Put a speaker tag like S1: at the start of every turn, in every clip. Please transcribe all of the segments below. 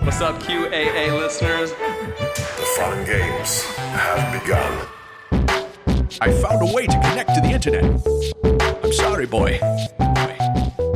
S1: What's up, QAA listeners?
S2: The fun games have begun.
S3: I found a way to connect to the internet. I'm sorry, boy.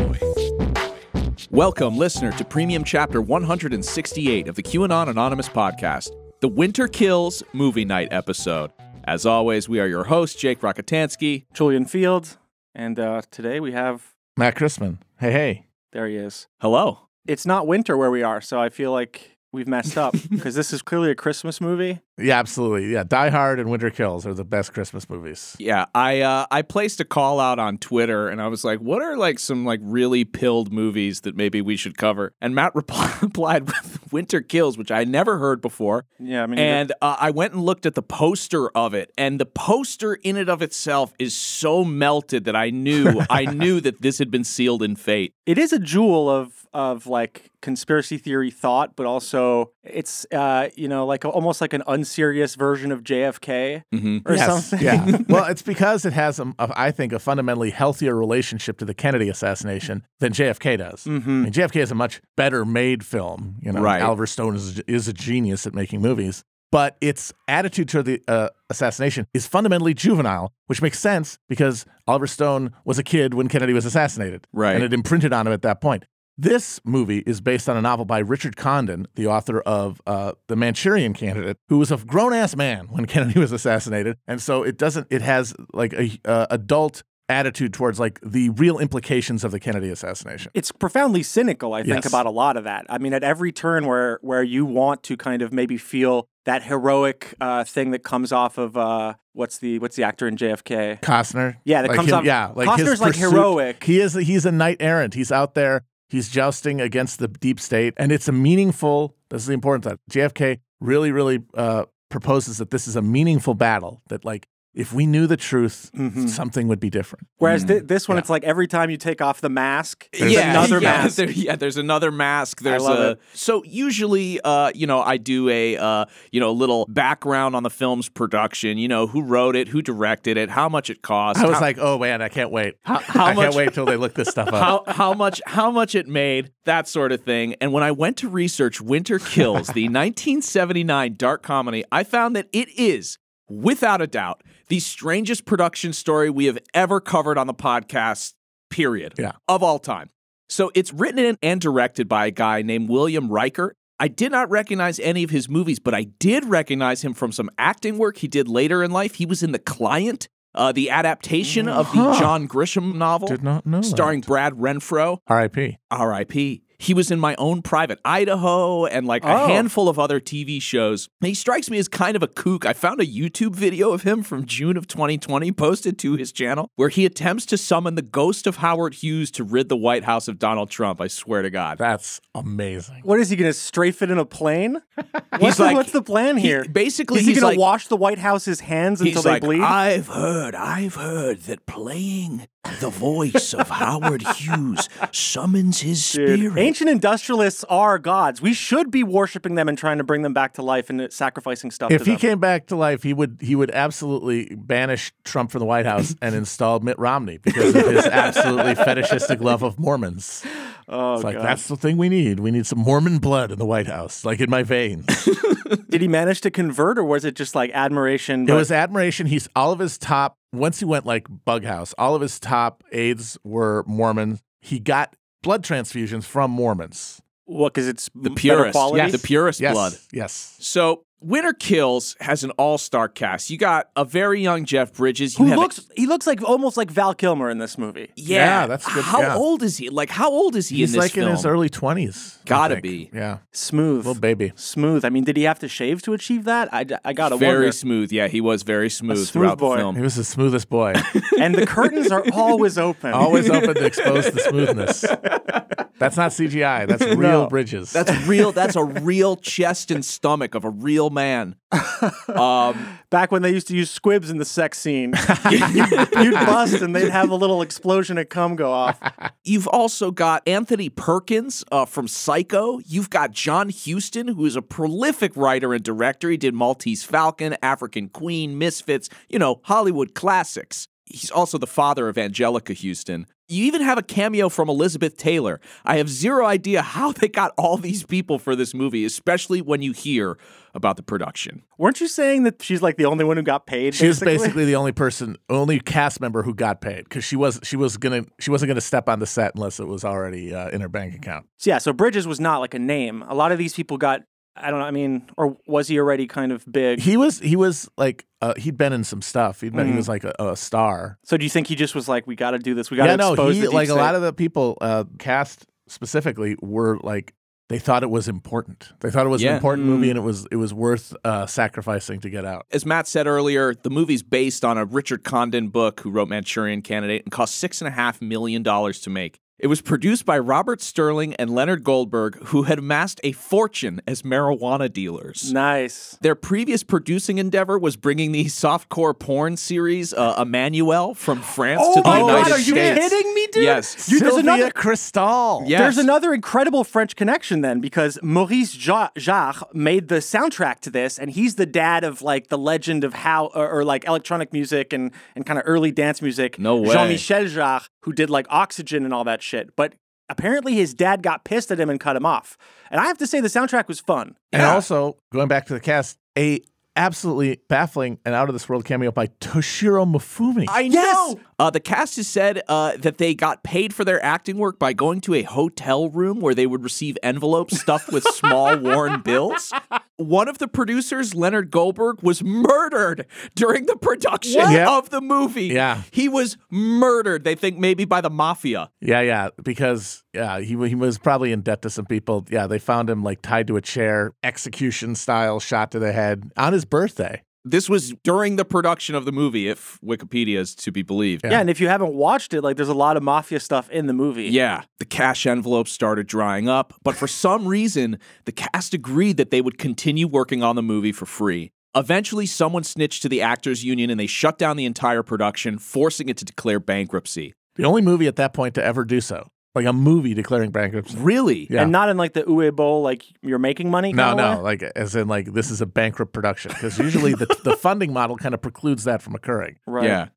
S3: Boy. Boy. Boy. Welcome, listener, to Premium Chapter 168 of the QAnon Anonymous podcast, the Winter Kills Movie Night episode. As always, we are your hosts, Jake Rokotansky.
S4: Julian Fields, and uh, today we have
S5: Matt Chrisman. Hey, hey.
S4: there he is.
S3: Hello.
S4: It's not winter where we are, so I feel like we've messed up because this is clearly a Christmas movie.
S5: Yeah, absolutely. Yeah, Die Hard and Winter Kills are the best Christmas movies.
S3: Yeah, I uh, I placed a call out on Twitter, and I was like, "What are like some like really pilled movies that maybe we should cover?" And Matt repl- replied with Winter Kills, which I never heard before.
S4: Yeah, I mean,
S3: and uh, I went and looked at the poster of it, and the poster in and of itself is so melted that I knew I knew that this had been sealed in fate.
S4: it is a jewel of of like conspiracy theory thought, but also it's uh, you know like almost like an unserious version of JFK or something.
S5: yeah. Well, it's because it has, um, a, a, I think, a fundamentally healthier relationship to the Kennedy assassination than JFK does. Mm-hmm. I mean, JFK is a much better made film. You know,
S3: Right.
S5: Oliver Stone is, is a genius at making movies, but its attitude toward the uh, assassination is fundamentally juvenile, which makes sense because Oliver Stone was a kid when Kennedy was assassinated.
S3: Right.
S5: And it imprinted on him at that point. This movie is based on a novel by Richard Condon, the author of uh, The Manchurian Candidate, who was a grown ass man when Kennedy was assassinated. And so it doesn't, it has like a uh, adult attitude towards like the real implications of the Kennedy assassination.
S4: it's profoundly cynical i think
S5: Yes.
S4: about a lot of that i mean at every turn where where you want to kind of maybe feel that heroic uh, thing that comes off of uh, what's the what's the actor in jfk
S5: Costner.
S4: Yeah, that
S5: like
S4: comes
S5: him-
S4: off-
S5: Yeah, like his
S4: Costner's, like,
S5: pursuit-
S4: heroic.
S5: He is. He's a knight errant. He's out there. He's jousting against the deep state, and it's a meaningful. This is the important thought. JFK really, really uh, proposes that this is a meaningful battle. That like, if we knew the truth,
S3: Mm-hmm.
S5: something would be different.
S4: whereas thi- this one it's like every time you take off the mask there's
S3: Mm, yeah,
S4: another
S3: yeah,
S4: mask
S3: there- yeah, there's another mask. There's
S4: love
S3: a
S4: it.
S3: so usually, uh, you know, I do a uh, you know little background on the film's production. You know, who wrote it, who directed it, how much it cost.
S5: I was
S3: how-
S5: like, oh man, I can't wait.
S3: how
S5: I
S3: much-
S5: can't wait till they look this stuff up.
S3: how how much how much it made that sort of thing and when i went to research winter kills the 1979 dark comedy i found that it is without a doubt the strangest production story we have ever covered on the podcast period
S5: Yeah.
S3: of all time so it's written in and directed by a guy named william riker I did not recognize any of his movies, but I did recognize him from some acting work he did later in life. He was in The Client, uh, the adaptation of the John Grisham novel
S5: Did not know. that.
S3: starring Brad Renfro,
S5: R.I.P.
S3: R.I.P. He was in my own private Idaho and like a
S4: Oh.
S3: handful of other TV shows. And he strikes me as kind of a kook. I found a YouTube video of him from June of 2020 posted to his channel where he attempts to summon the ghost of Howard Hughes to rid the White House of Donald Trump. I swear to God.
S5: That's amazing.
S4: what is he going to strafe it in a plane? What's, the,
S3: like-
S4: what's the plan
S3: he-
S4: here?
S3: basically,
S4: is he
S3: he's
S4: gonna
S3: like-
S4: wash the White House's hands until
S3: He's
S4: they
S3: like,
S4: bleed?
S3: I've heard, I've heard that playing the voice of Howard Hughes summons his
S4: Dude,
S3: spirit.
S4: ancient industrialists are gods. We should be worshiping them and trying to bring them back to life and uh, sacrificing stuff.
S5: If
S4: to
S5: he
S4: them.
S5: came back to life, he would he would absolutely banish Trump from the White House and install Mitt Romney because of his absolutely fetishistic love of Mormons.
S4: oh,
S5: It's like
S4: God.
S5: that's the thing we need. We need some Mormon blood in the White House, like in my veins.
S4: Did he manage to convert, or was it just like admiration?
S5: It
S4: but-
S5: was admiration. He's all of his top. Once he went like bug house, all of his top aides were Mormons. He got blood transfusions from Mormons.
S4: what? Because it's the
S3: purest,
S4: quality.
S3: the purest
S5: Yes,
S3: blood.
S5: yes.
S3: So, Winter Kills has an all-star cast. You got a very young Jeff Bridges. You
S4: Who
S3: have a-
S4: looks? He looks like almost like Val Kilmer in this movie.
S3: yeah.
S5: Yeah, that's a good-
S3: How
S5: yeah.
S3: old is he? Like, how old is he
S5: He's
S3: in this
S5: like
S3: film?
S5: in his early twenties.
S3: Gotta be.
S5: Yeah,
S4: Smooth,
S5: little baby.
S4: smooth. I mean, did he have to shave to achieve that? I, I gotta
S3: very
S4: wonder.
S3: smooth. Yeah, he was very smooth,
S4: smooth
S3: throughout the
S4: boy.
S5: He
S3: film.
S5: was the smoothest boy.
S4: and the curtains are always open.
S5: Always open to expose the smoothness. That's not CGI. That's real bridges.
S3: That's real. That's a real chest and stomach of a real man. Um,
S4: Back when they used to use squibs in the sex scene, you'd, you'd bust and they'd have a little explosion of cum go off.
S3: you've also got Anthony Perkins uh, from Psycho. You've got John Huston, who is a prolific writer and director. He did Maltese Falcon, African Queen, Misfits. You know, Hollywood classics. He's also the father of Angelica Houston. You even have a cameo from Elizabeth Taylor. I have zero idea how they got all these people for this movie, especially when you hear about the production.
S4: Weren't you saying that she's like the only one who got paid?
S5: She was basically the only person, only cast member who got paid because she was she was gonna she wasn't gonna step on the set unless it was already uh, in her bank account.
S4: So, yeah, so Bridges was not like a name. A lot of these people got, I don't know, I mean, or was he already kind of big?
S5: He was he was like uh, he'd been in some stuff. He'd been,
S4: Mm-hmm.
S5: he was like a, a star.
S4: so do you think he just was like, we got to do this? We got to
S5: yeah, no,
S4: expose
S5: he
S4: the deep
S5: like a
S4: state?
S5: lot of the people uh, cast specifically were like they thought it was important. They thought it was
S3: Yeah.
S5: an important
S4: Mm.
S5: movie and it was it was worth uh, sacrificing to get out.
S3: As Matt said earlier, the movie's based on a Richard Condon book who wrote Manchurian Candidate and cost $6.5 million to make. It was produced by Robert Sterling and Leonard Goldberg, who had amassed a fortune as marijuana dealers.
S4: Nice.
S3: Their previous producing endeavor was bringing the softcore porn series uh, Emmanuel from France to the
S5: Oh my
S3: United
S5: God, are you
S3: States.
S4: kidding me, dude?
S3: Yes.
S4: You- there's
S5: Sylvia
S4: another-
S5: Cristal.
S3: Yeah.
S4: There's
S3: Yes.
S4: another incredible French connection then, because Maurice Ja- Jarre made the soundtrack to this, and he's the dad of like the legend of how, or, or, like electronic music and, and kind of early dance music.
S3: No way.
S4: Jean Michel Jarre, who did like Oxygen and all that shit. But apparently his dad got pissed at him and cut him off. And I have to say, the soundtrack was fun.
S5: And also going back to the cast, a absolutely baffling and out of this world cameo by Toshiro Mifune.
S3: I know. Uh, the cast has said uh, that they got paid for their acting work by going to a hotel room where they would receive envelopes stuffed with small worn bills. One of the producers, Leonard Goldberg, was murdered during the production
S5: What? Yep.
S3: of the movie.
S5: Yeah.
S3: He was murdered, they think maybe by the mafia.
S5: Yeah, yeah, because yeah, he he was probably in debt to some people. Yeah, they found him like tied to a chair, execution style, shot to the head on his birthday.
S3: This was during the production of the movie, if Wikipedia is to be believed.
S4: Yeah, and if you haven't watched it, like there's a lot of mafia stuff in the movie.
S3: Yeah, the cash envelopes started drying up, but for some reason, the cast agreed that they would continue working on the movie for free. Eventually, someone snitched to the actors' union and they shut down the entire production, forcing it to declare bankruptcy.
S5: The only movie at that point to ever do so, like a movie declaring bankruptcy.
S3: Really?
S5: Yeah.
S4: And not in like the Uwe Bowl, like you're making money.
S5: No,
S4: kinda
S5: no,
S4: way.
S5: like as in like this is a bankrupt production because usually the the funding model kind of precludes that from occurring.
S4: Right.
S3: Yeah.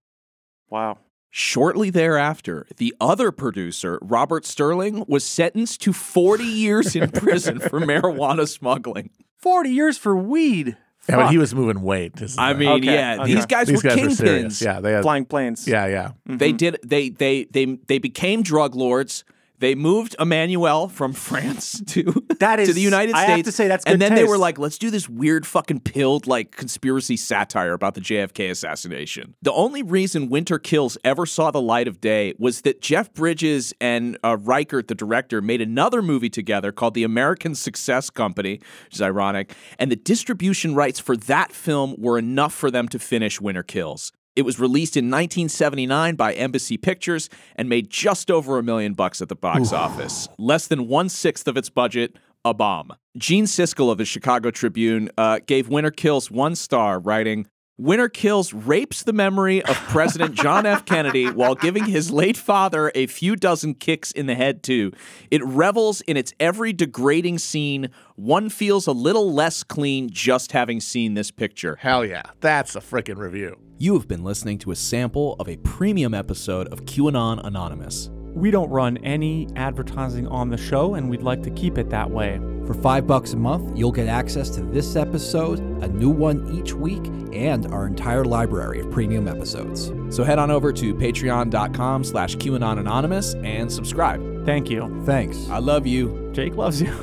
S4: Wow.
S3: Shortly thereafter, the other producer, Robert Sterling, was sentenced to 40 years in prison for marijuana smuggling.
S4: 40 years for weed.
S5: Yeah, but
S4: Fuck.
S5: he was moving weight. is the
S3: I
S5: thing.
S3: mean,
S4: Okay,
S3: yeah,
S4: okay.
S3: these guys
S5: these
S3: were
S5: guys
S3: kingpins.
S5: were serious. Yeah, they had,
S4: flying planes.
S5: yeah, yeah.
S4: Mm-hmm.
S3: They did. They they they they became drug lords. They moved Emmanuel from France to
S4: That
S3: to
S4: is-
S3: the United
S4: I
S3: States.
S4: have to say that's
S3: and
S4: good
S3: then they were
S4: taste.
S3: like, let's do this weird fucking pilled like conspiracy satire about the JFK assassination. The only reason Winter Kills ever saw the light of day was that Jeff Bridges and uh, Reichert, the director, made another movie together called The American Success Company, which is ironic. And the distribution rights for that film were enough for them to finish Winter Kills. It was released in 1979 by Embassy Pictures and made just over a million bucks at the box office, less than one sixth of its budget. A bomb. Gene Siskel of the Chicago Tribune uh, gave Winter Kills one star, writing, Winter Kills rapes the memory of President John F. Kennedy while giving his late father a few dozen kicks in the head, too. It revels in its every degrading scene. One feels a little less clean just having seen this picture.
S5: Hell yeah, that's a freaking review.
S6: You have been listening to a sample of a premium episode of QAnon Anonymous.
S7: We don't run any advertising on the show, and we'd like to keep it that way.
S8: For five bucks a month, you'll get access to this episode, a new one each week, and our entire library of premium episodes.
S3: So head on over to patreon.com slash QAnon Anonymous and subscribe.
S7: Thank you.
S8: Thanks.
S3: I love you.
S7: Jake loves you.